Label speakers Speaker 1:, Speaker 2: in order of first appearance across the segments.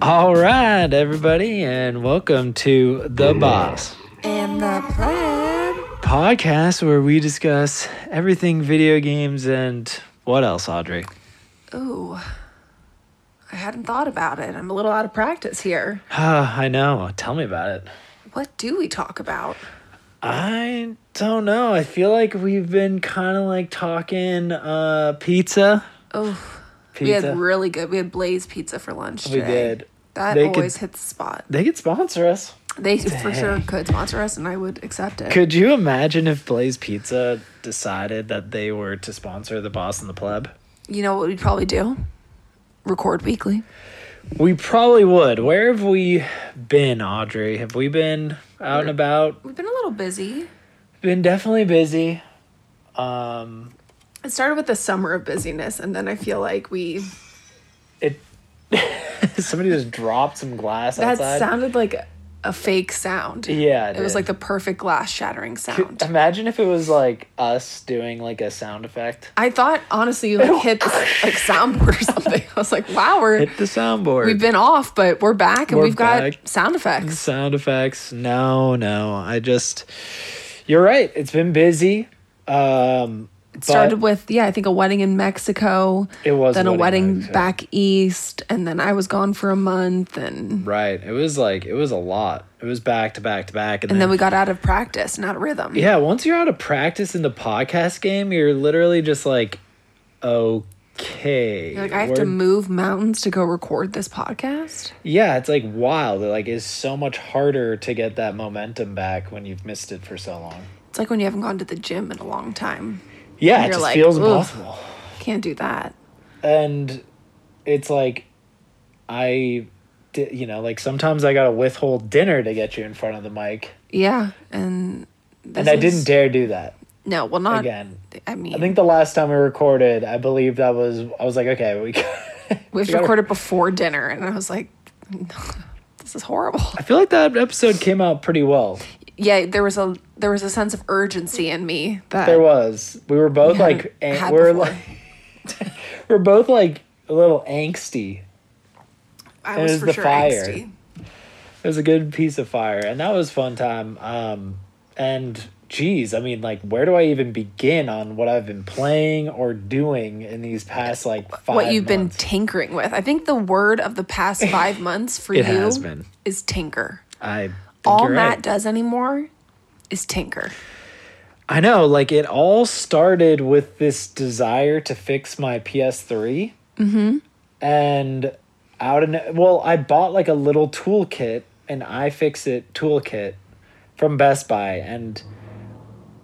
Speaker 1: All right, everybody, and welcome to The Boss
Speaker 2: And the plan.
Speaker 1: podcast where we discuss everything video games and what else, Audrey?
Speaker 2: Ooh. I hadn't thought about it. I'm a little out of practice here.
Speaker 1: Ah, I know. Tell me about it.
Speaker 2: What do we talk about?
Speaker 1: I don't know. I feel like we've been kind of like talking uh pizza.
Speaker 2: Oh, we
Speaker 1: Pizza.
Speaker 2: had really good. We had Blaze Pizza for lunch
Speaker 1: We
Speaker 2: today.
Speaker 1: did.
Speaker 2: That
Speaker 1: They could-
Speaker 2: always hits the spot.
Speaker 1: they could sponsor us.
Speaker 2: They for sure could sponsor us, and I would accept it.
Speaker 1: Could you imagine if Blaze Pizza decided that they were to sponsor the boss and the pleb?
Speaker 2: You know what we'd probably do? Record weekly.
Speaker 1: We probably would. Where have we been, Audrey? Have we been out and about?
Speaker 2: We've been a little busy.
Speaker 1: Been definitely busy. Um,
Speaker 2: It started with the summer of busyness, and then I feel like we.
Speaker 1: it. somebody just dropped some glass
Speaker 2: That
Speaker 1: outside.
Speaker 2: sounded like a fake sound.
Speaker 1: yeah,
Speaker 2: It was
Speaker 1: did.
Speaker 2: like the perfect glass shattering sound.
Speaker 1: Imagine if it was like us doing like a sound effect.
Speaker 2: I thought honestly you like hit this, like soundboard or something. I was like, wow, we're
Speaker 1: Hit the soundboard.
Speaker 2: we've been off, but we're back and
Speaker 1: We're
Speaker 2: we have got
Speaker 1: back. Mm-hmm.
Speaker 2: sound effects.
Speaker 1: sound effects. No, no. I just. You're right. It's been busy. Um,
Speaker 2: It started with yeah, I think a wedding in Mexico.
Speaker 1: It was a
Speaker 2: then a
Speaker 1: wedding in
Speaker 2: wedding
Speaker 1: Mexico.
Speaker 2: back east, and then I was gone for a month, and
Speaker 1: Right. It was like it was a lot. It was back to back to back,
Speaker 2: and then we got out of practice, not rhythm.
Speaker 1: Yeah, once you're out of practice in the podcast game, you're literally just like, okay.
Speaker 2: Like I have to
Speaker 1: we're-
Speaker 2: move mountains to go record this podcast.
Speaker 1: yeah, it's like wow. That like is so much harder to get that momentum back when you've missed it for so long.
Speaker 2: It's like when you haven't gone to the gym in a long time.
Speaker 1: Yeah, it
Speaker 2: You're
Speaker 1: just
Speaker 2: like,
Speaker 1: feels
Speaker 2: "Ugh."
Speaker 1: impossible.
Speaker 2: Can't do that.
Speaker 1: And it's like, I, di- you know, like sometimes I gotta withhold dinner to get you in front of the mic,
Speaker 2: Yeah, and this
Speaker 1: and I didn't
Speaker 2: is-
Speaker 1: dare do that
Speaker 2: No, well, not
Speaker 1: again.
Speaker 2: I mean,
Speaker 1: I think the last time we recorded, I believe that was I was like, okay, we.
Speaker 2: We've
Speaker 1: gotta-
Speaker 2: recorded before dinner, and I was like, "This is horrible."
Speaker 1: I feel like that episode came out pretty well.
Speaker 2: Yeah, there was a there was a sense of urgency in me that
Speaker 1: There was. We were both
Speaker 2: We
Speaker 1: like,
Speaker 2: hadn't
Speaker 1: an-
Speaker 2: had
Speaker 1: we're
Speaker 2: before.
Speaker 1: like, we're both like a little angsty.
Speaker 2: I
Speaker 1: it
Speaker 2: was
Speaker 1: was
Speaker 2: for
Speaker 1: the
Speaker 2: sure
Speaker 1: fire.
Speaker 2: angsty.
Speaker 1: It was a good piece of fire, and that was fun time. Um, and geez, I mean, like, where do I even begin on what I've been playing or doing in these past like five?
Speaker 2: What you've been
Speaker 1: months?
Speaker 2: tinkering with, I think the word of the past five months for
Speaker 1: It
Speaker 2: you
Speaker 1: has been.
Speaker 2: is tinker.
Speaker 1: I think
Speaker 2: All
Speaker 1: you're
Speaker 2: Matt
Speaker 1: right.
Speaker 2: does anymore is tinker.
Speaker 1: I know, like it all started with this desire to fix my PS3. Mm-hmm. And out in well, I bought like a little toolkit, an iFixit toolkit from Best Buy, and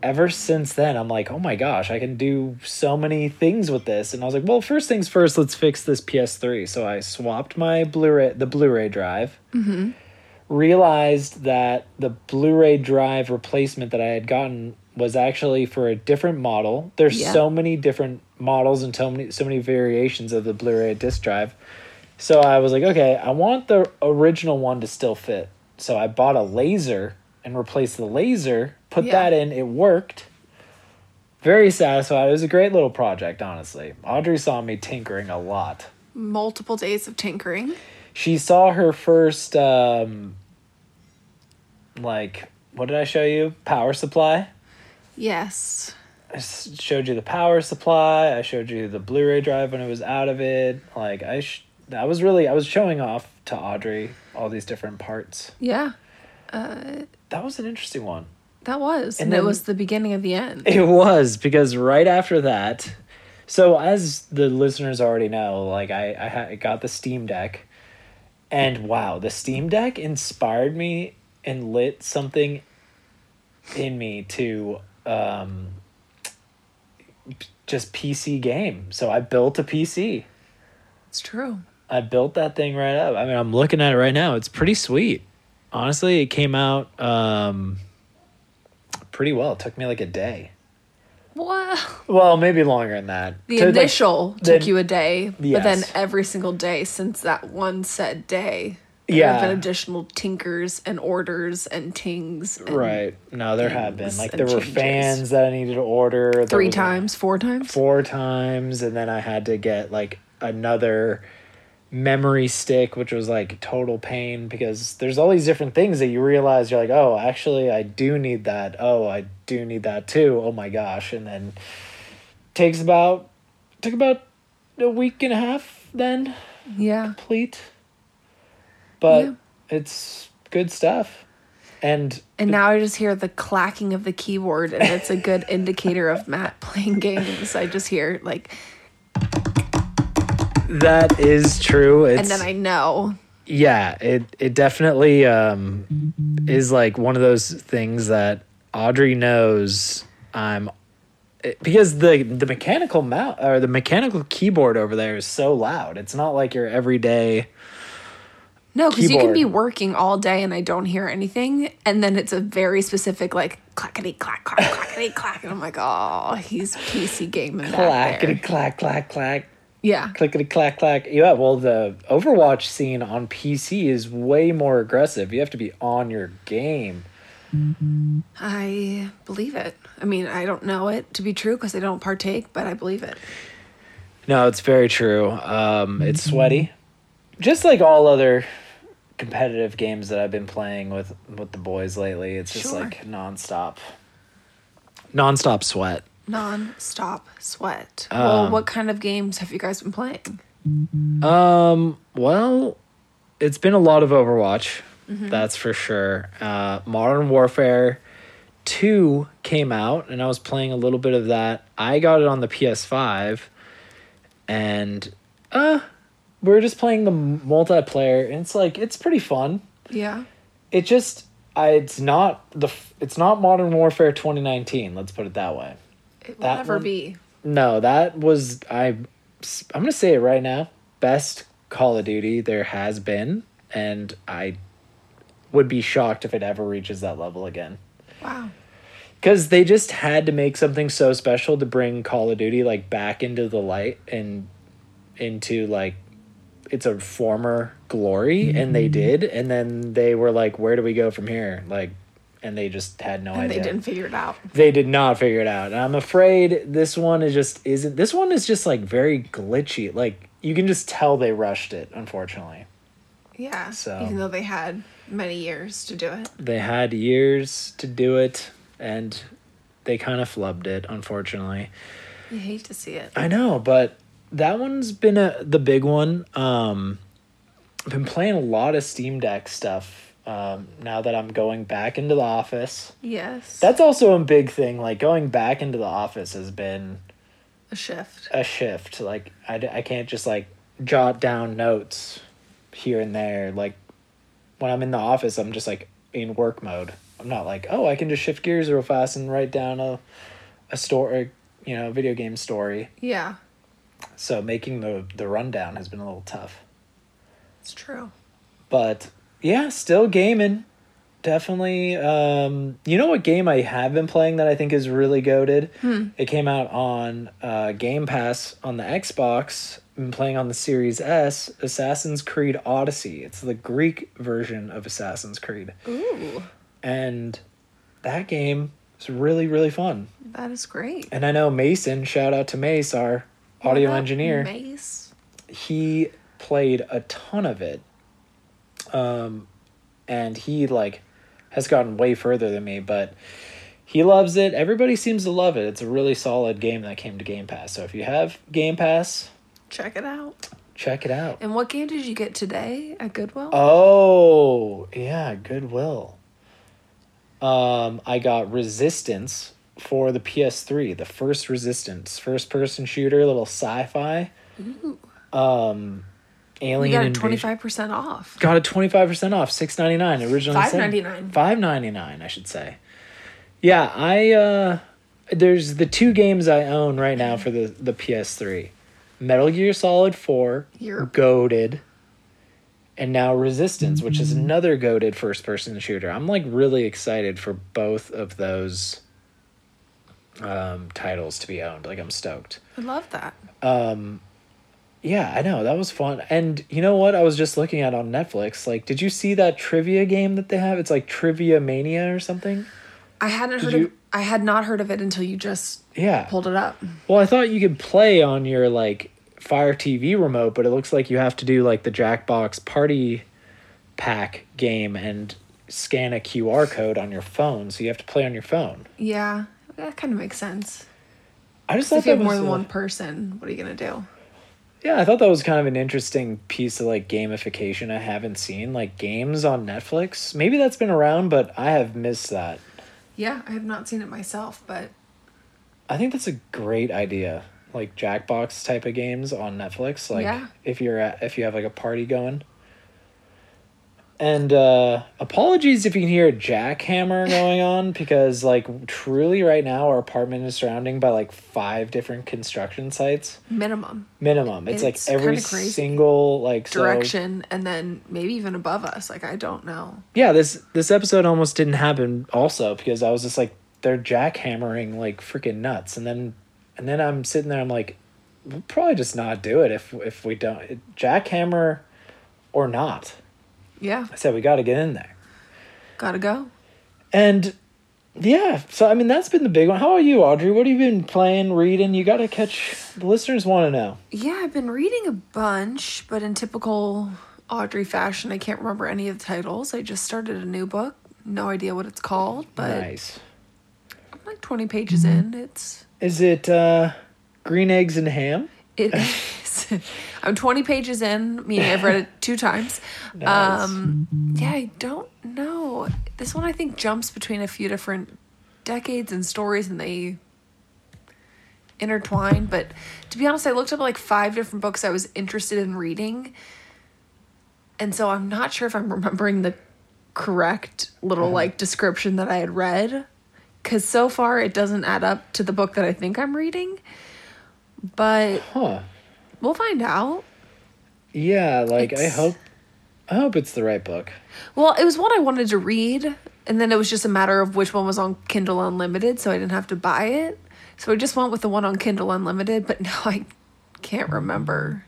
Speaker 1: ever since then, I'm like, oh my gosh, I can do so many things with this. And I was like, well, first things first, let's fix this PS3. So I swapped my Blu-ray, the Blu-ray drive realized that the Blu-ray drive replacement that I had gotten was actually for a different model. There's
Speaker 2: Yeah.
Speaker 1: so many different models and so many so many variations of the Blu-ray disc drive. So I was like, okay, I want the original one to still fit. So I bought a laser and replaced the laser, put
Speaker 2: Yeah.
Speaker 1: that in, it worked. Very satisfied. It was a great little project, honestly. Audrey saw me tinkering a lot
Speaker 2: Multiple days of tinkering.
Speaker 1: she saw her first um like what did i show you power supply
Speaker 2: Yes.
Speaker 1: i s- showed you the power supply i showed you the blu-ray drive when it was out of it like i sh- i was really i was showing off to audrey all these different parts
Speaker 2: Yeah,
Speaker 1: that was an interesting one
Speaker 2: that was,
Speaker 1: And
Speaker 2: and,
Speaker 1: then-
Speaker 2: it was the beginning of the end.
Speaker 1: It was because right after that, so as the listeners already know, like I I ha- got the Steam Deck, and wow, the Steam Deck inspired me and lit something in me to um just PC game. So I built a PC.
Speaker 2: It's true.
Speaker 1: I built that thing right up. I mean, I'm looking at it right now. It's pretty sweet. Honestly, it came out um pretty well. It took me like a day.
Speaker 2: Wow.
Speaker 1: Well, maybe longer than that.
Speaker 2: The
Speaker 1: To, like-
Speaker 2: initial
Speaker 1: the-
Speaker 2: took you a day, but then
Speaker 1: Yes.
Speaker 2: every single day since that one said day, there
Speaker 1: Yeah.
Speaker 2: have been additional tinkers and orders and tings. and
Speaker 1: right. No, there have been.
Speaker 2: things
Speaker 1: Like
Speaker 2: and
Speaker 1: there were
Speaker 2: changes.
Speaker 1: fans that I needed to order. There
Speaker 2: Three
Speaker 1: was, like,
Speaker 2: times, four times.
Speaker 1: four times, and then I had to get like another memory stick, which was like total pain because there's all these different things that you realize you're like, oh, actually, I do need that. Oh, I do need that too. Oh my gosh. And then takes about, took about a week and a half then
Speaker 2: Yeah.
Speaker 1: complete. But
Speaker 2: Yeah.
Speaker 1: it's good stuff. And
Speaker 2: And now I just hear the clacking of the keyboard, and it's a good indicator of Matt playing games. I just hear like,
Speaker 1: that is true. It's,
Speaker 2: and then I know.
Speaker 1: yeah it it definitely um is like one of those things that audrey knows i'm it- because the the mechanical mount or the mechanical keyboard over there is so loud it's not like your everyday
Speaker 2: No, because you can be
Speaker 1: Keyboard.
Speaker 2: working all day and I don't hear anything, and then it's a very specific like clackety clack clack clackety clack, and I'm like, oh, he's PC gaming back
Speaker 1: clackety
Speaker 2: there.
Speaker 1: clack clack clack
Speaker 2: Yeah,
Speaker 1: clickety clack clack yeah well the overwatch scene on pc is way more aggressive you have to be on your game
Speaker 2: I believe it. I mean, I don't know it to be true because I don't partake, but I believe it.
Speaker 1: No, it's very true. Um, it's sweaty, just like all other competitive games that I've been playing with with the boys lately. It's just
Speaker 2: Sure.
Speaker 1: like nonstop, nonstop sweat.
Speaker 2: Non-stop sweat.
Speaker 1: Um,
Speaker 2: well, what kind of games have you guys been playing?
Speaker 1: Well, it's been a lot of Overwatch, that's for sure. Uh, Modern Warfare Two came out, and I was playing a little bit of that. I got it on the PS Five, and uh, we we're just playing the m- multiplayer, and it's like it's pretty fun.
Speaker 2: Yeah.
Speaker 1: it just I, it's not the f- it's not modern warfare 2019 let's put it that way
Speaker 2: It will
Speaker 1: That
Speaker 2: never
Speaker 1: one-
Speaker 2: be.
Speaker 1: no that was i i'm gonna say it right now best call of duty there has been and i would be shocked if it ever reaches that level again
Speaker 2: Wow.
Speaker 1: because they just had to make something so special to bring call of duty like back into the light and into like it's a former glory and
Speaker 2: Mm-hmm.
Speaker 1: they did and then they were like where do we go from here like and they just had no
Speaker 2: And they
Speaker 1: idea
Speaker 2: didn't figure it out.
Speaker 1: they did not figure it out and i'm afraid this one is just isn't this one is just like very glitchy like you can just tell they rushed it unfortunately
Speaker 2: Yeah.
Speaker 1: So-
Speaker 2: Even though they had many years to do it.
Speaker 1: they had years to do it and they kind of flubbed it unfortunately
Speaker 2: You hate to see it.
Speaker 1: I know, but that one's been a the big one. Um, I've been playing a lot of Steam Deck stuff um, now that I'm going back into the office.
Speaker 2: Yes.
Speaker 1: That's also a big thing. Like going back into the office has been
Speaker 2: a shift.
Speaker 1: a shift. Like I, d- I can't just like jot down notes here and there. Like when I'm in the office, I'm just like in work mode. I'm not like oh I can just shift gears real fast and write down a a story, you know, a video game story.
Speaker 2: Yeah.
Speaker 1: So making the the rundown has been a little tough.
Speaker 2: It's true.
Speaker 1: But yeah, still gaming. Definitely. Um, you know what game I have been playing that I think is really goaded? It came out on uh, Game Pass on the Xbox. Been playing on the Series S, Assassin's Creed Odyssey. It's the Greek version of Assassin's Creed,
Speaker 2: Ooh,
Speaker 1: and that game is really really fun.
Speaker 2: that is great.
Speaker 1: And I know Mason. Shout out to Mace, our audio
Speaker 2: What up,
Speaker 1: engineer
Speaker 2: Mace.
Speaker 1: he played a ton of it um and he like has gotten way further than me but he loves it everybody seems to love it it's a really solid game that came to game pass so if you have game pass
Speaker 2: Check it out.
Speaker 1: check it out
Speaker 2: And what game did you get today at Goodwill?
Speaker 1: Uh, oh yeah goodwill um i got resistance for the ps3 the first resistance first person shooter little sci-fi um
Speaker 2: we
Speaker 1: alien
Speaker 2: got it
Speaker 1: invasion-
Speaker 2: twenty five percent off.
Speaker 1: got a 25% off 6.99 originally said-
Speaker 2: 5.99.
Speaker 1: 5.99 i should say yeah i uh there's the two games i own right now for the the ps3 metal gear solid 4
Speaker 2: Yerp.
Speaker 1: goaded and now resistance which is another goaded first person shooter i'm like really excited for both of those um titles to be owned like i'm stoked
Speaker 2: I love that.
Speaker 1: yeah, I know. That was fun. And you know what? I was just looking at on Netflix. Like, did you see that trivia game that they have? It's like Trivia Mania or something.
Speaker 2: I hadn't heard of
Speaker 1: you-
Speaker 2: I had not heard of it until you just
Speaker 1: Yeah.
Speaker 2: pulled it up.
Speaker 1: Well, I thought you could play on your like Fire TV remote, but it looks like you have to do like the Jackbox Party Pack game and scan a QR code on your phone. So you have to play on your phone.
Speaker 2: Yeah, that kind of makes sense.
Speaker 1: I just
Speaker 2: So
Speaker 1: thought
Speaker 2: if you
Speaker 1: that
Speaker 2: have
Speaker 1: was
Speaker 2: more than
Speaker 1: uh,
Speaker 2: one person, what are you gonna do?
Speaker 1: Yeah, I thought that was kind of an interesting piece of like gamification I haven't seen. Like games on Netflix. Maybe that's been around, but I have missed that.
Speaker 2: Yeah, I have not seen it myself, but
Speaker 1: I think that's a great idea. Like Jackbox type of games on Netflix. Like
Speaker 2: Yeah.
Speaker 1: if you're at, if you have like a party going. And uh apologies if you can hear a jackhammer going on because like truly right now our apartment is surrounding by like five different construction sites
Speaker 2: minimum
Speaker 1: minimum. It's,
Speaker 2: It's
Speaker 1: like every
Speaker 2: kinda crazy.
Speaker 1: single like so-
Speaker 2: direction, and then maybe even above us. Like I don't know.
Speaker 1: yeah, this this episode almost didn't happen also because I was just like they're jackhammering like freaking nuts and then and then I'm sitting there I'm like we'll probably just not do it if if we don't jackhammer or not.
Speaker 2: Yeah,
Speaker 1: I said we got to get in there.
Speaker 2: gotta go.
Speaker 1: And yeah, so I mean that's been the big one. How are you, Audrey? What have you been playing, reading? You got to catch the listeners want to know.
Speaker 2: Yeah, I've been reading a bunch, but in typical Audrey fashion, I can't remember any of the titles. I just started a new book. No idea what it's called, but
Speaker 1: nice.
Speaker 2: I'm like 20 pages in. It's
Speaker 1: Is it uh green eggs and ham?
Speaker 2: it is. I'm 20 pages in, meaning I've read it two times.
Speaker 1: Nice.
Speaker 2: Um, yeah, I don't know. This one I think jumps between a few different decades and stories, and they intertwine. But to be honest, I looked up like five different books I was interested in reading, and so I'm not sure if I'm remembering the correct little like description that I had read. Because so far it doesn't add up to the book that I think I'm reading, but
Speaker 1: Huh.
Speaker 2: we'll find out.
Speaker 1: Yeah, like I
Speaker 2: It's-
Speaker 1: hope I hope it's the right book.
Speaker 2: Well, it was one I wanted to read, and then it was just a matter of which one was on Kindle Unlimited, so I didn't have to buy it. So I just went with the one on Kindle Unlimited, but now I can't remember.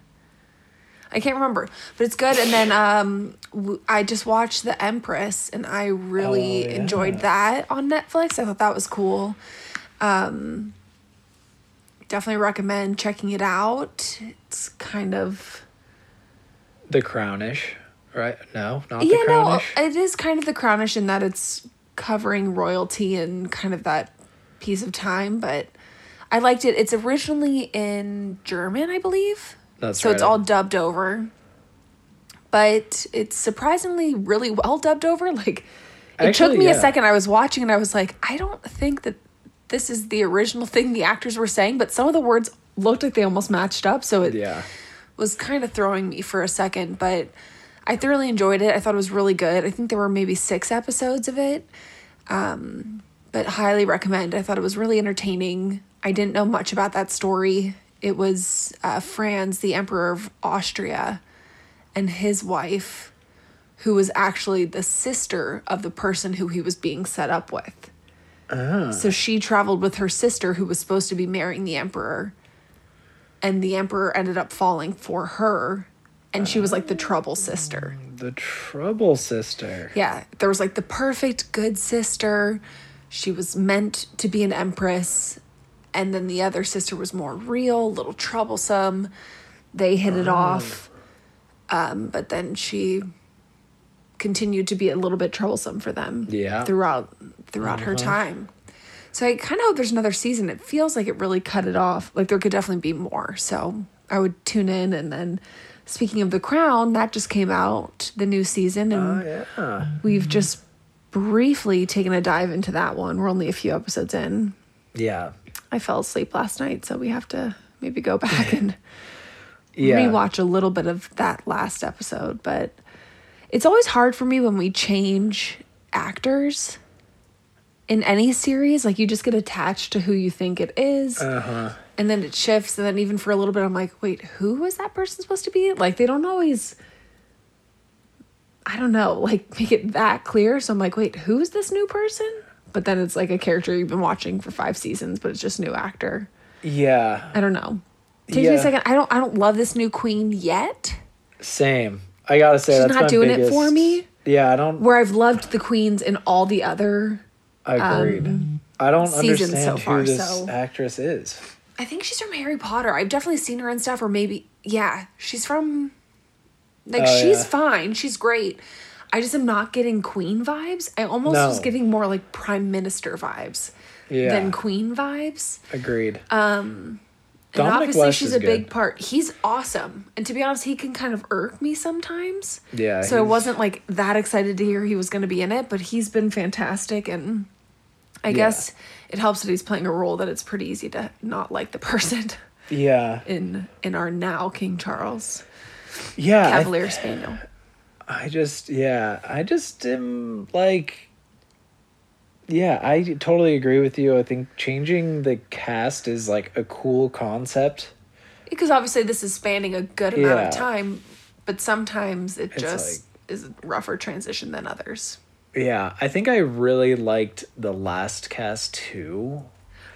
Speaker 2: I can't remember, but it's good. And then um, w- I just watched The Empress, and I really
Speaker 1: Oh, yeah.
Speaker 2: enjoyed that on Netflix. I thought that was cool. Um, definitely recommend checking it out. It's kind of
Speaker 1: The Crownish, right? No, not
Speaker 2: yeah,
Speaker 1: the
Speaker 2: no, uh,
Speaker 1: Crownish.
Speaker 2: it is kind of the crownish in that it's covering royalty and kind of that piece of time, but I liked it. It's originally in German, I believe.
Speaker 1: That's
Speaker 2: so it's
Speaker 1: right.
Speaker 2: all dubbed over. But it's surprisingly really well dubbed over. Like it
Speaker 1: Actually,
Speaker 2: took me a
Speaker 1: yeah.
Speaker 2: second. I was watching and I was like, I don't think that this is the original thing the actors were saying, but some of the words looked like they almost matched up, so it
Speaker 1: yeah,
Speaker 2: was kind of throwing me for a second, but I thoroughly enjoyed it. I thought it was really good. I think there were maybe six episodes of it, um, but highly recommend. I thought it was really entertaining. I didn't know much about that story. It was uh, Franz, the Emperor of Austria, and his wife, who was actually the sister of the person who he was being set up with. So she traveled with her sister, who was supposed to be marrying the emperor and the emperor ended up falling for her and she was like the trouble sister
Speaker 1: the Trouble Sister.
Speaker 2: yeah there was like the perfect good sister she was meant to be an empress and then the other sister was more real a little troublesome they hit it off um, but then she continued to be a little bit troublesome for them
Speaker 1: Yeah.
Speaker 2: throughout throughout her time so i kind of hope there's another season it feels like it really cut it off like there could definitely be more so i would tune in and then speaking of the crown that just came out the new season
Speaker 1: Oh,
Speaker 2: and
Speaker 1: Yeah,
Speaker 2: We've just briefly taken a dive into that one. We're only a few episodes in.
Speaker 1: yeah,
Speaker 2: I fell asleep last night, so we have to maybe go back and
Speaker 1: yeah.
Speaker 2: rewatch a little bit of that last episode. But it's always hard for me when we change actors in any series. Like you just get attached to who you think it is, and then it shifts. And then even for a little bit, I'm like, wait, who was that person supposed to be? Like they don't always. I don't know, like make it that clear. So I'm like, wait, who's this new person? But then it's like a character you've been watching for five seasons, but it's just new actor.
Speaker 1: Yeah,
Speaker 2: I don't know. Takes me a
Speaker 1: Yeah.
Speaker 2: second. I don't. I don't love this new queen yet.
Speaker 1: same. I gotta say
Speaker 2: She's
Speaker 1: that's
Speaker 2: not
Speaker 1: my
Speaker 2: doing it
Speaker 1: biggest-
Speaker 2: for me.
Speaker 1: Yeah, I don't.
Speaker 2: Where I've loved the queens in all the other.
Speaker 1: Agreed. I don't
Speaker 2: seasons
Speaker 1: understand
Speaker 2: um, so far,
Speaker 1: who this
Speaker 2: so-
Speaker 1: actress is.
Speaker 2: I think she's from Harry Potter. I've definitely seen her in stuff, or maybe yeah, she's from. Like
Speaker 1: Oh,
Speaker 2: she's
Speaker 1: yeah.
Speaker 2: fine. She's great. I just am not getting Queen vibes. I almost
Speaker 1: No.
Speaker 2: was getting more like Prime Minister vibes
Speaker 1: Yeah.
Speaker 2: than Queen vibes.
Speaker 1: Agreed.
Speaker 2: um, And
Speaker 1: Dominic
Speaker 2: obviously
Speaker 1: West
Speaker 2: she's
Speaker 1: is
Speaker 2: a big
Speaker 1: good.
Speaker 2: part. He's awesome. And to be honest, he can kind of irk me sometimes.
Speaker 1: Yeah,
Speaker 2: So I
Speaker 1: he's-
Speaker 2: wasn't like that excited to hear he was going to be in it, but he's been fantastic and I guess it helps that he's playing a role that it's pretty easy to not like the person
Speaker 1: yeah.
Speaker 2: in in our now King Charles
Speaker 1: Yeah. I-
Speaker 2: Cavalier Spaniel.
Speaker 1: I just yeah, I just am like yeah, I totally agree with you. I think changing the cast is like a cool concept.
Speaker 2: Because obviously this is spanning a good amount
Speaker 1: Yeah.
Speaker 2: of time, but sometimes it just
Speaker 1: like-
Speaker 2: is a rougher transition than others.
Speaker 1: Yeah, I think I really liked the last cast too.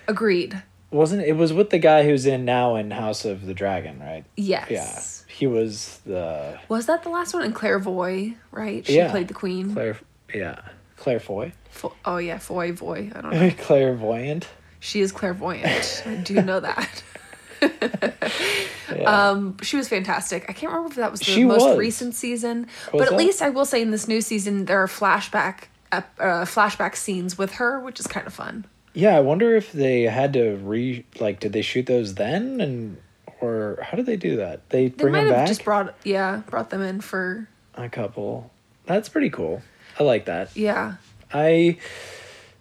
Speaker 2: Agreed.
Speaker 1: Wasn't it was with the guy who's in now in House of the Dragon, right?
Speaker 2: Yes.
Speaker 1: Yeah. He was the
Speaker 2: Was that the last one? And Claire Voy, right? She
Speaker 1: Yeah.
Speaker 2: played the queen.
Speaker 1: Claire yeah, clairfoy.
Speaker 2: Fo- oh yeah, Foy Voy. I don't know.
Speaker 1: clairvoyant.
Speaker 2: She is clairvoyant. I do know that. um, she was fantastic. I can't remember if that was the
Speaker 1: She
Speaker 2: most
Speaker 1: was.
Speaker 2: recent season,
Speaker 1: Was
Speaker 2: but at
Speaker 1: that?
Speaker 2: least I will say in this new season there are flashback ep- uh, flashback scenes with her, which is kind of fun.
Speaker 1: Yeah, I wonder if they had to re like did they shoot those then and or how did they do that? They,
Speaker 2: They
Speaker 1: bring
Speaker 2: might
Speaker 1: them
Speaker 2: have
Speaker 1: back.
Speaker 2: just brought yeah brought them in for
Speaker 1: a couple. That's pretty cool. I like that.
Speaker 2: yeah.
Speaker 1: I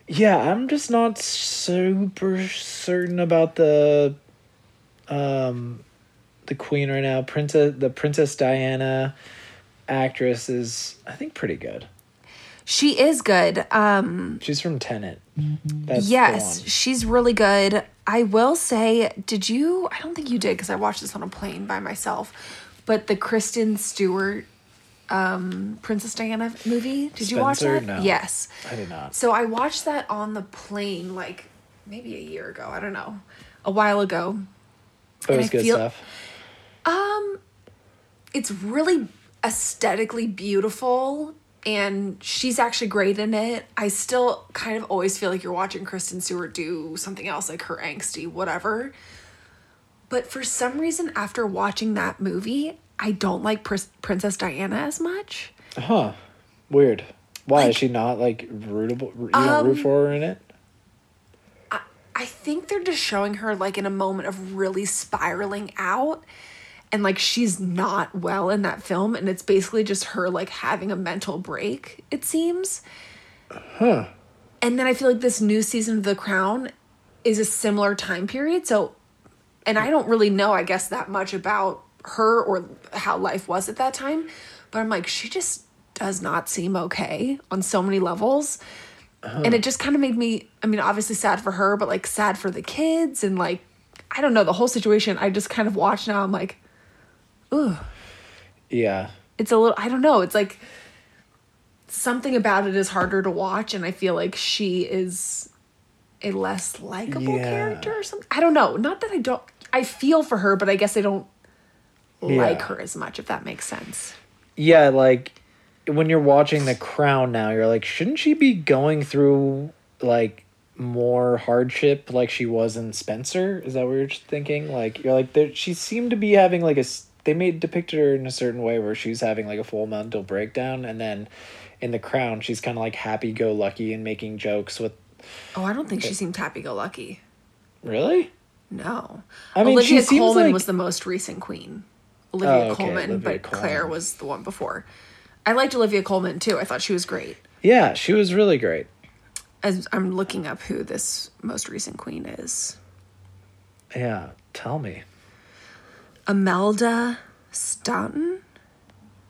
Speaker 1: yeah, I'm just not super certain about the um the queen right now. Princess the Princess Diana actress is I think pretty good.
Speaker 2: She is good. Um,
Speaker 1: She's from Tenet. That's the
Speaker 2: yes,
Speaker 1: one.
Speaker 2: she's really good. I will say, did you? I don't think you did because I watched this on a plane by myself. But the Kristen Stewart um, Princess Diana movie, did you watch
Speaker 1: Spencer?
Speaker 2: that?
Speaker 1: No.
Speaker 2: Yes.
Speaker 1: I did not.
Speaker 2: So I watched that on the plane like maybe a year ago. I don't know. A while ago.
Speaker 1: But it was
Speaker 2: I
Speaker 1: good
Speaker 2: feel-
Speaker 1: stuff.
Speaker 2: It's really aesthetically beautiful and she's actually great in it. I still kind of always feel like you're watching Kristen Stewart do something else, like her angsty, whatever. But for some reason, after watching that movie, I don't like Pris- Princess Diana as much.
Speaker 1: Huh. Weird. Why
Speaker 2: Like-
Speaker 1: is she not like Um, rootable? You don't root for her in it.
Speaker 2: I think they're just showing her like in a moment of really spiraling out. And like she's not well in that film. And it's basically just her like having a mental break, it seems. Huh. And then I feel like this new season of The Crown is a similar time period. So, and I don't really know, I guess, that much about her or how life was at that time. But I'm like, she just does not seem okay on so many levels
Speaker 1: Oh.
Speaker 2: and it just kind of made me i mean obviously sad for her but like sad for the kids and like i don't know the whole situation i just kind of watch now i'm like
Speaker 1: Yeah.
Speaker 2: it's a little i don't know it's like something about it is harder to watch and i feel like she is a less likable
Speaker 1: Yeah.
Speaker 2: character or something i don't know not that i don't i feel for her but i guess i don't like
Speaker 1: Yeah.
Speaker 2: her as much if that makes sense
Speaker 1: Yeah, like when you're watching The Crown now, you're like, shouldn't she be going through like more hardship like she was in Spencer? Is that what you're just thinking? Like you're like there, she seemed to be having like a s- they made depicted her in a certain way where she's having like a full mental breakdown and then in The Crown she's kind of like happy go lucky and making jokes with
Speaker 2: oh i don't think she seemed happy-go-lucky
Speaker 1: Really?
Speaker 2: No.
Speaker 1: I mean, she
Speaker 2: Olivia
Speaker 1: seems
Speaker 2: Coleman
Speaker 1: like-
Speaker 2: was the most recent queen. Olivia
Speaker 1: Oh, okay,
Speaker 2: Coleman,
Speaker 1: Olivia
Speaker 2: but Claire
Speaker 1: Coleman.
Speaker 2: was the one before. I liked Olivia Coleman too. I thought she was great.
Speaker 1: Yeah, she was really great.
Speaker 2: As I'm looking up who this most recent queen is.
Speaker 1: Yeah, tell me.
Speaker 2: Imelda Staunton.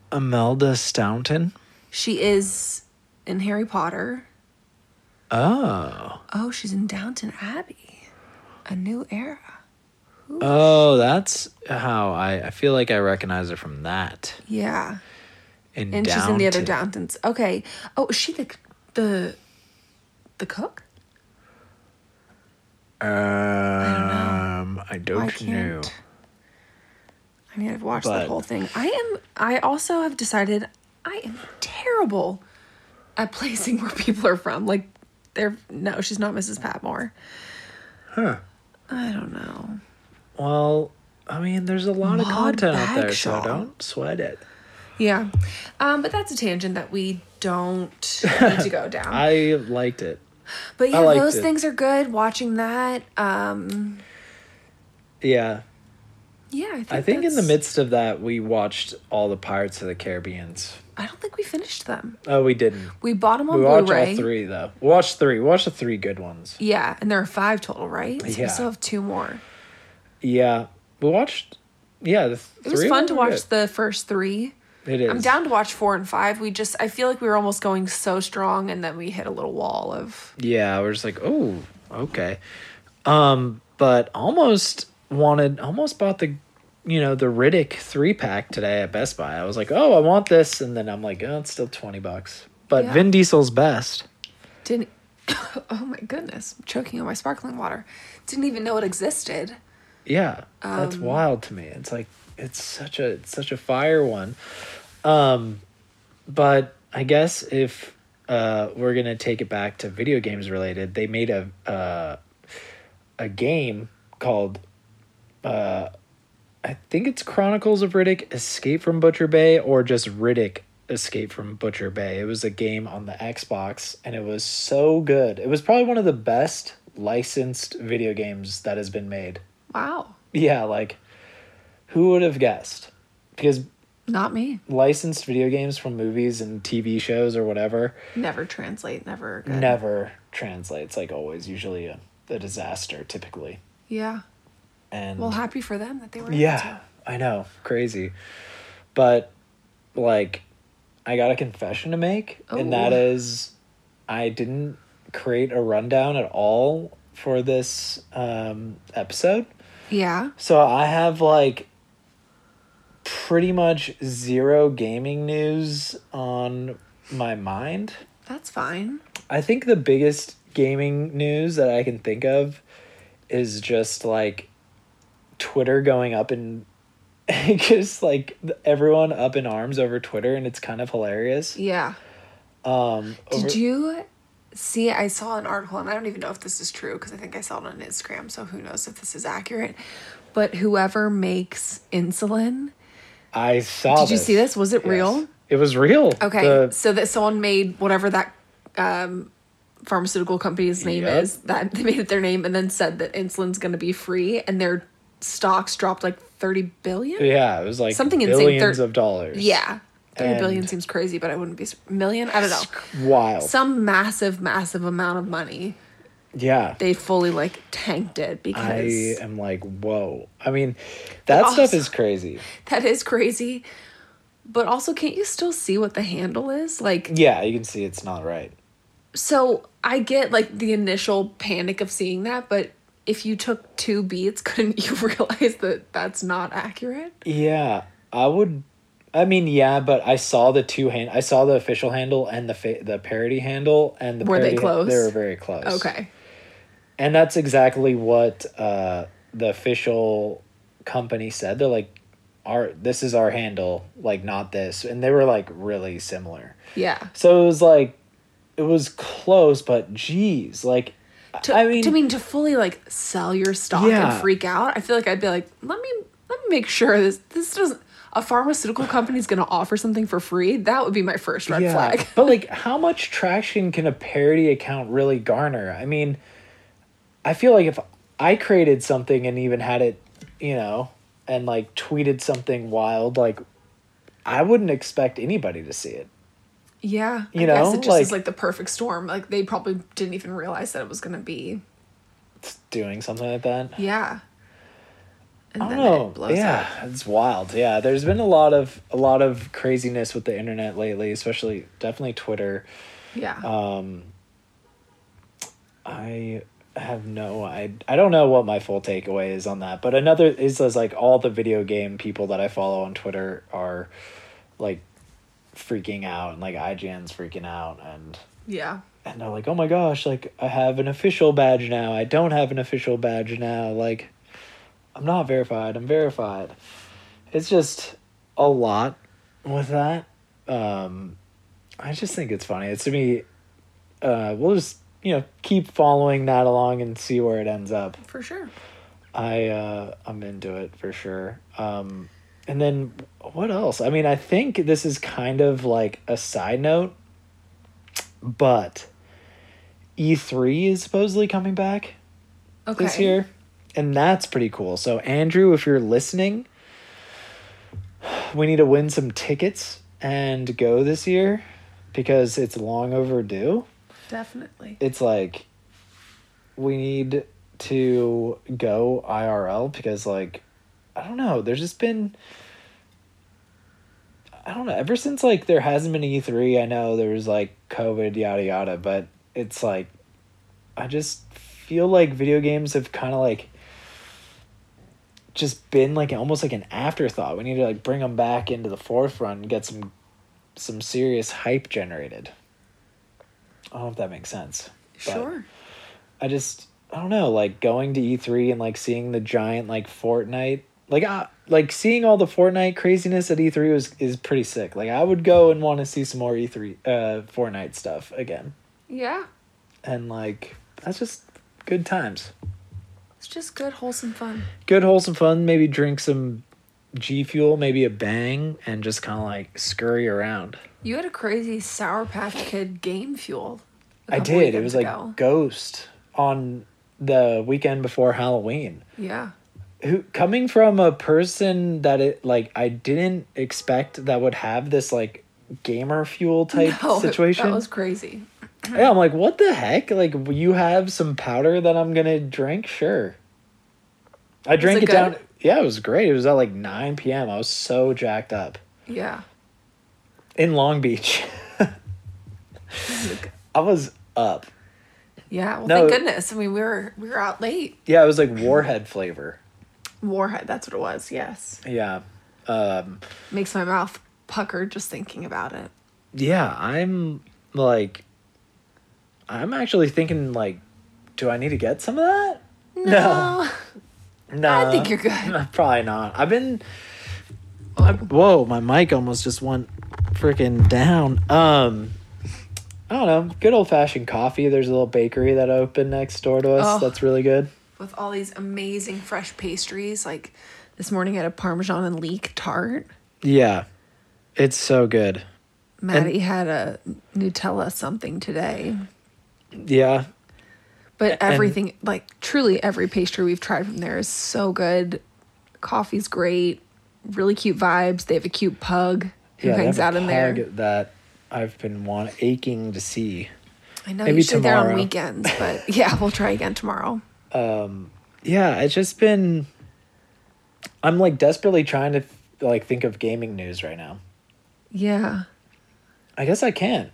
Speaker 1: Imelda Staunton?
Speaker 2: She is in Harry Potter.
Speaker 1: Oh.
Speaker 2: Oh, she's in Downton Abbey. A new era.
Speaker 1: Oh, that's how I, I feel like I recognize her from that.
Speaker 2: Yeah.
Speaker 1: And,
Speaker 2: And she's in the other
Speaker 1: Downton.
Speaker 2: Downtons. Okay. Oh, is she the the the cook?
Speaker 1: Um, I don't
Speaker 2: I
Speaker 1: know.
Speaker 2: can't. I mean, I've watched the
Speaker 1: But-
Speaker 2: whole thing. I am. I also have decided I am terrible at placing where people are from. Like, they're no, she's not Mrs. Patmore. Huh. I don't know.
Speaker 1: Well, I mean, there's a lot of
Speaker 2: Maud
Speaker 1: content out there,
Speaker 2: Bagshaw.
Speaker 1: so don't sweat it.
Speaker 2: Yeah. Um, but that's a tangent that we don't need to go down.
Speaker 1: I liked it.
Speaker 2: but yeah,
Speaker 1: liked
Speaker 2: those
Speaker 1: it.
Speaker 2: things are good. Watching that. Um,
Speaker 1: Yeah.
Speaker 2: yeah, I think,
Speaker 1: I think in the
Speaker 2: that's-
Speaker 1: midst of that, we watched all the Pirates of the Caribbeans.
Speaker 2: I don't think we finished them.
Speaker 1: Oh, we didn't.
Speaker 2: We bought them on
Speaker 1: We watched all
Speaker 2: Blu-ray.
Speaker 1: three, though. We watched three. We watched the three good ones.
Speaker 2: Yeah, and there are five total, right? So
Speaker 1: Yeah.
Speaker 2: We still have two more.
Speaker 1: Yeah. We watched, yeah, the th-
Speaker 2: It was
Speaker 1: three of
Speaker 2: fun
Speaker 1: them
Speaker 2: to
Speaker 1: were
Speaker 2: watch the first
Speaker 1: good.
Speaker 2: three.
Speaker 1: It is.
Speaker 2: I'm down to watch four and five. We just I feel like we were almost going so strong, and then we hit a little wall of
Speaker 1: Yeah, we're just like, oh, okay. Um, but almost wanted, almost bought the, you know, the Riddick three pack today at Best Buy. I was like, oh, I want this, and then I'm like, oh, it's still twenty bucks. But
Speaker 2: Yeah.
Speaker 1: Vin Diesel's best.
Speaker 2: didn't. oh my goodness, I'm choking on my sparkling water. Didn't even know it existed.
Speaker 1: Yeah, that's wild to me. It's like it's such a it's such a fire one. Um, but I guess if uh, we're gonna take it back to video games related, they made a uh, a game called uh, I think it's Chronicles of Riddick: Escape from Butcher Bay, or just Riddick. Escape from Butcher Bay. It was a game on the Xbox and it was so good. It was probably one of the best licensed video games that has been made.
Speaker 2: Wow,
Speaker 1: Yeah, like who would have guessed? Because
Speaker 2: not me.
Speaker 1: licensed video games from movies and TV shows or whatever
Speaker 2: Never translate. Never good.
Speaker 1: never translates like always usually a, a disaster typically.
Speaker 2: Yeah.
Speaker 1: And
Speaker 2: Well, happy for them that they were. able
Speaker 1: yeah, I know, crazy. But like I got a confession to make and that
Speaker 2: Oh.
Speaker 1: is I didn't create a rundown at all for this um episode.
Speaker 2: to. Yeah.
Speaker 1: So I have like pretty much zero gaming news on my mind.
Speaker 2: That's fine.
Speaker 1: I think the biggest gaming news that I can think of is just like Twitter going up in just like everyone up in arms over Twitter and it's kind of hilarious.
Speaker 2: Yeah.
Speaker 1: Um over-
Speaker 2: Did you see? I saw an article, and I don't even know if this is true because I think I saw it on Instagram, so who knows if this is accurate. But whoever makes insulin,
Speaker 1: I saw
Speaker 2: Did you see this? Was it real?
Speaker 1: It was real.
Speaker 2: okay,
Speaker 1: The-
Speaker 2: so that someone made whatever that um, pharmaceutical company's name
Speaker 1: Yep.
Speaker 2: is, that they made it their name, and then said that insulin's going to be free, and their stocks dropped like 30 billion?
Speaker 1: yeah, it was like
Speaker 2: Something insane. Thir-
Speaker 1: billions of dollars.
Speaker 2: Yeah. thirty billion
Speaker 1: And-
Speaker 2: seems crazy, but I wouldn't be. sur- Million? I don't know.
Speaker 1: Wild.
Speaker 2: Some massive, massive amount of money.
Speaker 1: yeah.
Speaker 2: they fully like tanked it
Speaker 1: I
Speaker 2: because
Speaker 1: am like, whoa. I mean, that stuff
Speaker 2: also-
Speaker 1: is crazy.
Speaker 2: that is crazy. But also, can't you still see what the handle is? Like,
Speaker 1: Yeah, you can see it's not right.
Speaker 2: so I get like the initial panic of seeing that, but if you took two beats, couldn't you realize that that's not accurate?
Speaker 1: Yeah, I would. I mean, yeah, but I saw the two hand. I saw the official handle and the fa- the parody handle, and the
Speaker 2: Were they
Speaker 1: parody han- They
Speaker 2: close?
Speaker 1: were very close.
Speaker 2: Okay.
Speaker 1: and that's exactly what uh, the official company said. They're like, "Our this is our handle, like not this," and they were like really similar.
Speaker 2: Yeah.
Speaker 1: So it was like, it was close, but geez, like,
Speaker 2: To,
Speaker 1: I mean,
Speaker 2: to mean to fully like sell your stock
Speaker 1: Yeah.
Speaker 2: and freak out. I feel like I'd be like, let me let me make sure this this doesn't a pharmaceutical company's going to offer something for free. That would be my first red flag.
Speaker 1: but like, how much traction can a parody account really garner? I mean, I feel like if I created something and even had it, you know, and like tweeted something wild, like I wouldn't expect anybody to see it.
Speaker 2: Yeah,
Speaker 1: You
Speaker 2: I guess
Speaker 1: know,
Speaker 2: it just is
Speaker 1: like-
Speaker 2: like the perfect storm. Like they probably didn't even realize that it was gonna be.
Speaker 1: It's doing something like that.
Speaker 2: Yeah. And
Speaker 1: I don't know. yeah,
Speaker 2: up.
Speaker 1: it's wild. Yeah, there's been a lot of a lot of craziness with the internet lately, especially definitely Twitter.
Speaker 2: Yeah.
Speaker 1: Uh, I have no I I don't know what my full takeaway is on that. But another is, is like all the video game people that I follow on Twitter are like freaking out and like IGN's freaking out and
Speaker 2: yeah.
Speaker 1: and they're like, "Oh my gosh, like I have an official badge now. I don't have an official badge now. Like I'm not verified. I'm verified." It's just a lot with that. Um I just think it's funny. It's to me uh we'll just you know keep following that along and see where it ends up.
Speaker 2: for sure.
Speaker 1: I uh, I'm into it for sure. Um, and then what else? I mean, I think this is kind of like a side note, but E three is supposedly coming back
Speaker 2: Okay.
Speaker 1: this year, and that's pretty cool. So Andrew, if you're listening, we need to win some tickets and go this year because it's long overdue
Speaker 2: Definitely.
Speaker 1: it's like we need to go IRL because like I don't know, there's just been I don't know, ever since like there hasn't been E three, I know there was like COVID, yada yada, but it's like I just feel like video games have kinda like just been like almost like an afterthought. We need to like bring them back into the forefront and get some some serious hype generated. I don't know if that makes sense. but-
Speaker 2: Sure.
Speaker 1: I just I don't know, like going to E3 and like seeing the giant like Fortnite, like uh, like seeing all the Fortnite craziness at E3 was is pretty sick. Like I would go and want to see some more E3 uh Fortnite stuff again.
Speaker 2: Yeah.
Speaker 1: And like that's just good times.
Speaker 2: It's just good, wholesome fun.
Speaker 1: Good wholesome fun, maybe drink some G Fuel, maybe a bang and just kind of like scurry around.
Speaker 2: You had a crazy Sour Patch Kid game fuel. a
Speaker 1: I
Speaker 2: couple
Speaker 1: did. It
Speaker 2: weekends
Speaker 1: was like
Speaker 2: ago.
Speaker 1: Ghost on the weekend before Halloween.
Speaker 2: yeah.
Speaker 1: who coming from a person that it like I didn't expect that would have this like gamer fuel type
Speaker 2: No,
Speaker 1: situation.
Speaker 2: That was crazy.
Speaker 1: yeah, I'm like, what the heck? Like, you have some powder that I'm gonna drink? Sure. I drank
Speaker 2: it
Speaker 1: it, down.
Speaker 2: good?
Speaker 1: Yeah, it was great. It was at like 9 p.m. I was so jacked up
Speaker 2: Yeah.
Speaker 1: in Long Beach. I was up.
Speaker 2: Yeah. Well,
Speaker 1: No.
Speaker 2: thank goodness. I mean, we were we were out late.
Speaker 1: Yeah, it was like Warhead flavor.
Speaker 2: Warhead. That's what it was. Yes.
Speaker 1: Yeah. Um,
Speaker 2: Makes my mouth pucker just thinking about it.
Speaker 1: yeah i'm like i'm actually thinking like do i need to get some of that No. no
Speaker 2: I think you're good.
Speaker 1: probably not i've been I'm- whoa my mic almost just went freaking down um i don't know good old-fashioned coffee there's a little bakery that opened next door to us
Speaker 2: Oh.
Speaker 1: that's really good
Speaker 2: With all these amazing fresh pastries, like this morning I had a Parmesan and leek tart.
Speaker 1: yeah it's so good
Speaker 2: Maddie had a Nutella something today.
Speaker 1: yeah
Speaker 2: But everything, like truly every pastry we've tried from there is so good. Coffee's great. Really cute vibes. They have a cute pug who
Speaker 1: yeah they
Speaker 2: hangs out
Speaker 1: have a
Speaker 2: in there.
Speaker 1: pug that i've been want aching to see
Speaker 2: I know
Speaker 1: Maybe
Speaker 2: usually they're on
Speaker 1: tomorrow.
Speaker 2: weekends, but yeah, we'll try again tomorrow.
Speaker 1: yeah it's just been i'm like desperately trying to like think of gaming news right now
Speaker 2: Yeah.
Speaker 1: i guess i can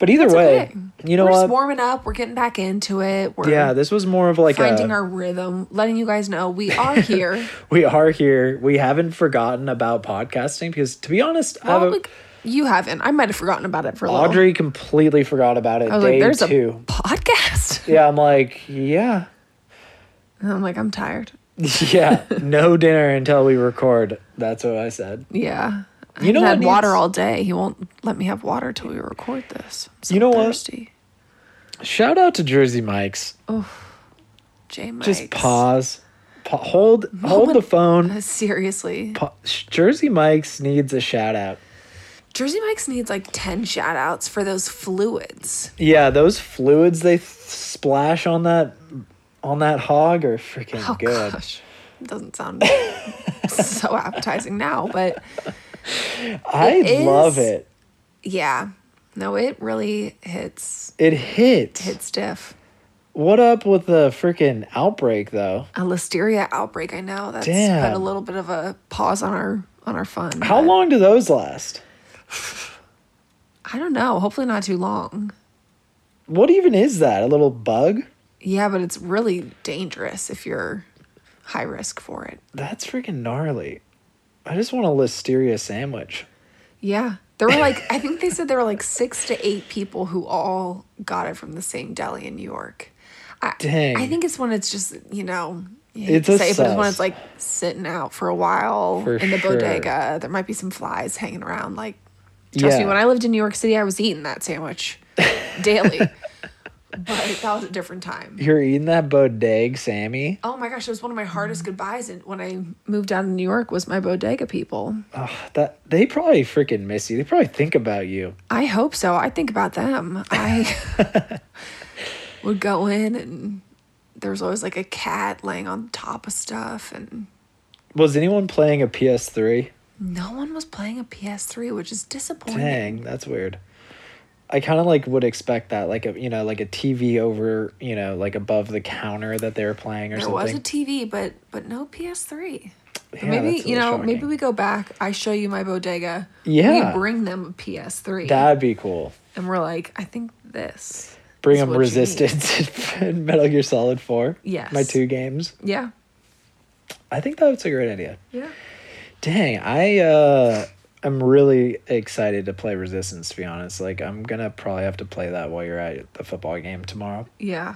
Speaker 1: but either
Speaker 2: It's
Speaker 1: way
Speaker 2: okay.
Speaker 1: you know
Speaker 2: we're
Speaker 1: what
Speaker 2: just warming up. We're getting back into it. We're
Speaker 1: yeah this was more of like
Speaker 2: finding
Speaker 1: a
Speaker 2: our rhythm, letting you guys know we are here.
Speaker 1: we are here we haven't forgotten about podcasting because to be honest I have a-
Speaker 2: well, Oh, like, you haven't. I might have forgotten about it for a little.
Speaker 1: audrey completely forgot about it
Speaker 2: I was
Speaker 1: day
Speaker 2: like, there's
Speaker 1: two
Speaker 2: a podcast.
Speaker 1: yeah i'm like yeah
Speaker 2: And I'm like, I'm tired.
Speaker 1: yeah no dinner until we record that's what i said
Speaker 2: Yeah.
Speaker 1: You know
Speaker 2: I
Speaker 1: what
Speaker 2: had water
Speaker 1: needs-
Speaker 2: all day. He won't let me have water till we record this. I'm so
Speaker 1: You know what?
Speaker 2: thirsty.
Speaker 1: shout out to jersey mike's
Speaker 2: what? J Mike's.
Speaker 1: just pause pa- hold hold the
Speaker 2: Moment-
Speaker 1: phone
Speaker 2: Uh, Seriously.
Speaker 1: Po- Jersey Mike's needs a shout out.
Speaker 2: Jersey Mike's needs like 10 shout outs for those fluids.
Speaker 1: Yeah, those fluids they th- splash on that on that hog are freaking
Speaker 2: Oh,
Speaker 1: good.
Speaker 2: gosh. Doesn't sound so appetizing now, but
Speaker 1: I
Speaker 2: It
Speaker 1: love
Speaker 2: is-
Speaker 1: it.
Speaker 2: yeah. No, it really hits
Speaker 1: It hits.
Speaker 2: hits diff.
Speaker 1: What up with the freaking outbreak though?
Speaker 2: A listeria outbreak, I know. That's put
Speaker 1: Damn.
Speaker 2: a little bit of a pause on our on our fun.
Speaker 1: How
Speaker 2: but
Speaker 1: long do those last?
Speaker 2: I don't know. Hopefully not too long.
Speaker 1: What even is that? A little bug?
Speaker 2: Yeah, but it's really dangerous if you're high risk for it.
Speaker 1: That's freaking gnarly. I just want a listeria sandwich.
Speaker 2: Yeah. There were like, I think they said there were like six to eight people who all got it from the same deli in New York. I,
Speaker 1: Dang.
Speaker 2: I think it's when it's just, you know, you hate
Speaker 1: It's
Speaker 2: to
Speaker 1: a
Speaker 2: say, it, but it's when
Speaker 1: sus.
Speaker 2: it's like sitting out for a while
Speaker 1: For
Speaker 2: in the
Speaker 1: sure.
Speaker 2: bodega. There might be some flies hanging around. Like, trust me,
Speaker 1: Yeah.
Speaker 2: when I lived in New York City, I was eating that sandwich daily. but that was a different time.
Speaker 1: You're eating that bodeg, Sammy.
Speaker 2: Oh my gosh, it was one of my hardest goodbyes and when I moved down to New York was my bodega people.
Speaker 1: Ugh, that they probably freaking miss you. They probably think about you.
Speaker 2: I hope so. I think about them. I would go in and there was always like a cat laying on top of stuff and
Speaker 1: Was anyone playing a PS3?
Speaker 2: no one was playing a PS3, which is disappointing.
Speaker 1: Dang, that's weird. I kind of like would expect that, like a you know, like a TV over, you know, like above the counter that they were playing or
Speaker 2: There
Speaker 1: something.
Speaker 2: was a TV, but but no PS3. But
Speaker 1: Yeah,
Speaker 2: maybe
Speaker 1: that's a
Speaker 2: you know,
Speaker 1: little
Speaker 2: maybe
Speaker 1: shocking.
Speaker 2: we go back. I show you my bodega.
Speaker 1: Yeah.
Speaker 2: we bring them a PS3,
Speaker 1: That'd be cool.
Speaker 2: and we're like, I think this.
Speaker 1: Bring
Speaker 2: is
Speaker 1: them
Speaker 2: what you need.
Speaker 1: Resistance and Metal Gear Solid Four.
Speaker 2: Yes.
Speaker 1: my two games.
Speaker 2: Yeah,
Speaker 1: I think that's a great idea.
Speaker 2: yeah.
Speaker 1: Dang, I uh I'm really excited to play Resistance to be honest. Like I'm gonna probably have to play that while you're at the football game tomorrow.
Speaker 2: Yeah.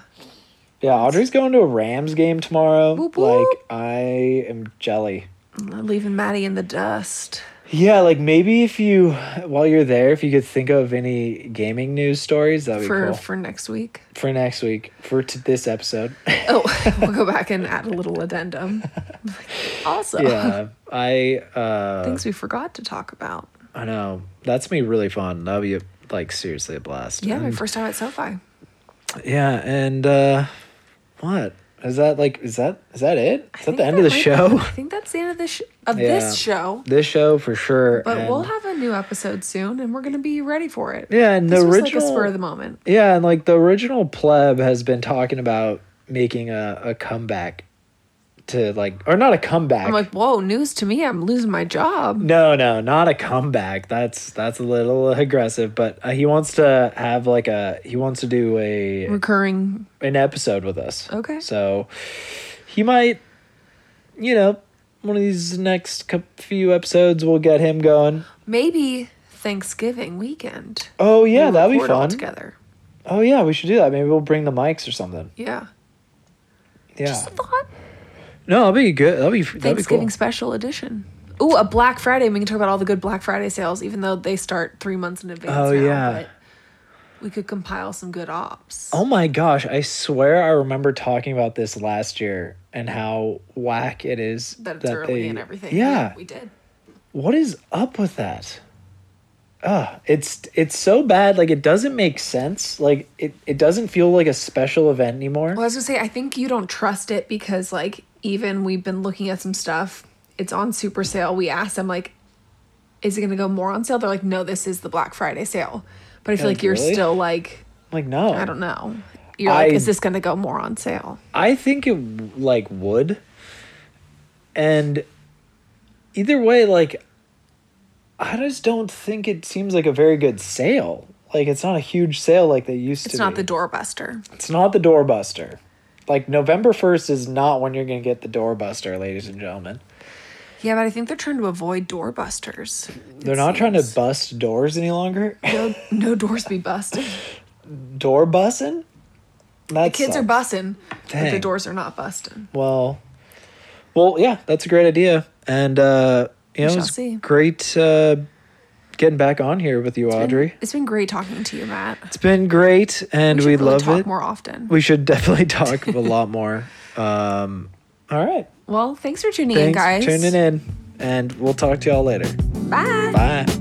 Speaker 1: Yeah, Audrey's going to a Rams game tomorrow.
Speaker 2: Boop, boop.
Speaker 1: Like I am jelly.
Speaker 2: Leaving Maddie in the dust.
Speaker 1: Yeah, like maybe if you while you're there, if you could think of any gaming news stories, that'd be
Speaker 2: for
Speaker 1: cool.
Speaker 2: for next week.
Speaker 1: For next week, for t- this episode.
Speaker 2: Oh, we'll go back and add a little addendum. Also,
Speaker 1: yeah, I uh
Speaker 2: things we forgot to talk about.
Speaker 1: I know that's gonna be really fun. That'll be like seriously a blast.
Speaker 2: Yeah, my
Speaker 1: And-
Speaker 2: first time at SoFi.
Speaker 1: Yeah, and uh what? Is that like is that is that it?
Speaker 2: I
Speaker 1: Is that
Speaker 2: think
Speaker 1: the end of the
Speaker 2: might-
Speaker 1: show?
Speaker 2: I think that's the end of this sh- of
Speaker 1: Yeah.
Speaker 2: this show.
Speaker 1: This show for sure.
Speaker 2: But
Speaker 1: and-
Speaker 2: we'll have a new episode soon, and we're gonna be ready for it.
Speaker 1: Yeah, and
Speaker 2: this
Speaker 1: the
Speaker 2: was like a
Speaker 1: original-
Speaker 2: spur of the moment.
Speaker 1: Yeah, and like the original pleb has been talking about making a, a comeback to like or not a comeback.
Speaker 2: I'm like, whoa, news to me. I'm losing my job.
Speaker 1: no, no, not a comeback. That's that's a little aggressive, but uh, he wants to have like a he wants to do a
Speaker 2: Recurring.
Speaker 1: an episode with us.
Speaker 2: Okay.
Speaker 1: So he might, you know, one of these next cou- few episodes, we'll get him going.
Speaker 2: Maybe Thanksgiving weekend.
Speaker 1: Oh, yeah,
Speaker 2: We'll
Speaker 1: that'd be
Speaker 2: record all
Speaker 1: fun.
Speaker 2: Together.
Speaker 1: Oh, yeah, we should do that. Maybe we'll bring the mics or something.
Speaker 2: Yeah.
Speaker 1: Yeah.
Speaker 2: Just a thought.
Speaker 1: no, that'd be good. That'd be, that'd be
Speaker 2: Thanksgiving
Speaker 1: cool.
Speaker 2: special edition. Ooh, a Black Friday. We can talk about all the good Black Friday sales, even though they start three months in advance.
Speaker 1: Oh,
Speaker 2: now,
Speaker 1: yeah.
Speaker 2: But we could compile some good ops.
Speaker 1: Oh my gosh, I swear I remember talking about this last year and how whack it is
Speaker 2: that it's early and everything.
Speaker 1: Yeah.
Speaker 2: we did.
Speaker 1: what is up with that? Ugh, it's it's so bad. Like it doesn't make sense. Like it, it doesn't feel like a special event anymore.
Speaker 2: Well, I was gonna say, I think you don't trust it because, like, even we've been looking at some stuff. It's on super sale. We asked them, like, is it gonna go more on sale? They're like, no, this is the Black Friday sale. But I feel
Speaker 1: Like,
Speaker 2: like you're
Speaker 1: Oh, really?
Speaker 2: still like,
Speaker 1: Like no,
Speaker 2: I don't know. You're like,
Speaker 1: I-
Speaker 2: is this gonna go more on sale?
Speaker 1: I think it like would. And either way, like I just don't think it seems like a very good sale. Like it's not a huge sale like they used to.
Speaker 2: It's not
Speaker 1: be.
Speaker 2: the doorbuster.
Speaker 1: It's not the doorbuster. Like November first is not when you're gonna get the doorbuster, ladies and gentlemen.
Speaker 2: Yeah, but I think they're trying to avoid doorbusters.
Speaker 1: They're not trying to bust doors any longer.
Speaker 2: No, no doors be busted.
Speaker 1: Door bussing.
Speaker 2: The kids are bussing, but the
Speaker 1: Dang.
Speaker 2: doors are not busting.
Speaker 1: Well, well, yeah, that's a great idea, and uh, you know,
Speaker 2: shall
Speaker 1: it's
Speaker 2: see.
Speaker 1: great uh, getting back on here with you, Audrey.
Speaker 2: It's been great talking to you, Matt.
Speaker 1: It's been great, and
Speaker 2: should
Speaker 1: we,
Speaker 2: really
Speaker 1: love
Speaker 2: talk
Speaker 1: it.
Speaker 2: more often.
Speaker 1: We should definitely talk a lot more. Um, all right,
Speaker 2: well, thanks for tuning
Speaker 1: thanks
Speaker 2: in, guys.
Speaker 1: for tuning in, and we'll talk to y'all later.
Speaker 2: Bye.
Speaker 1: Bye.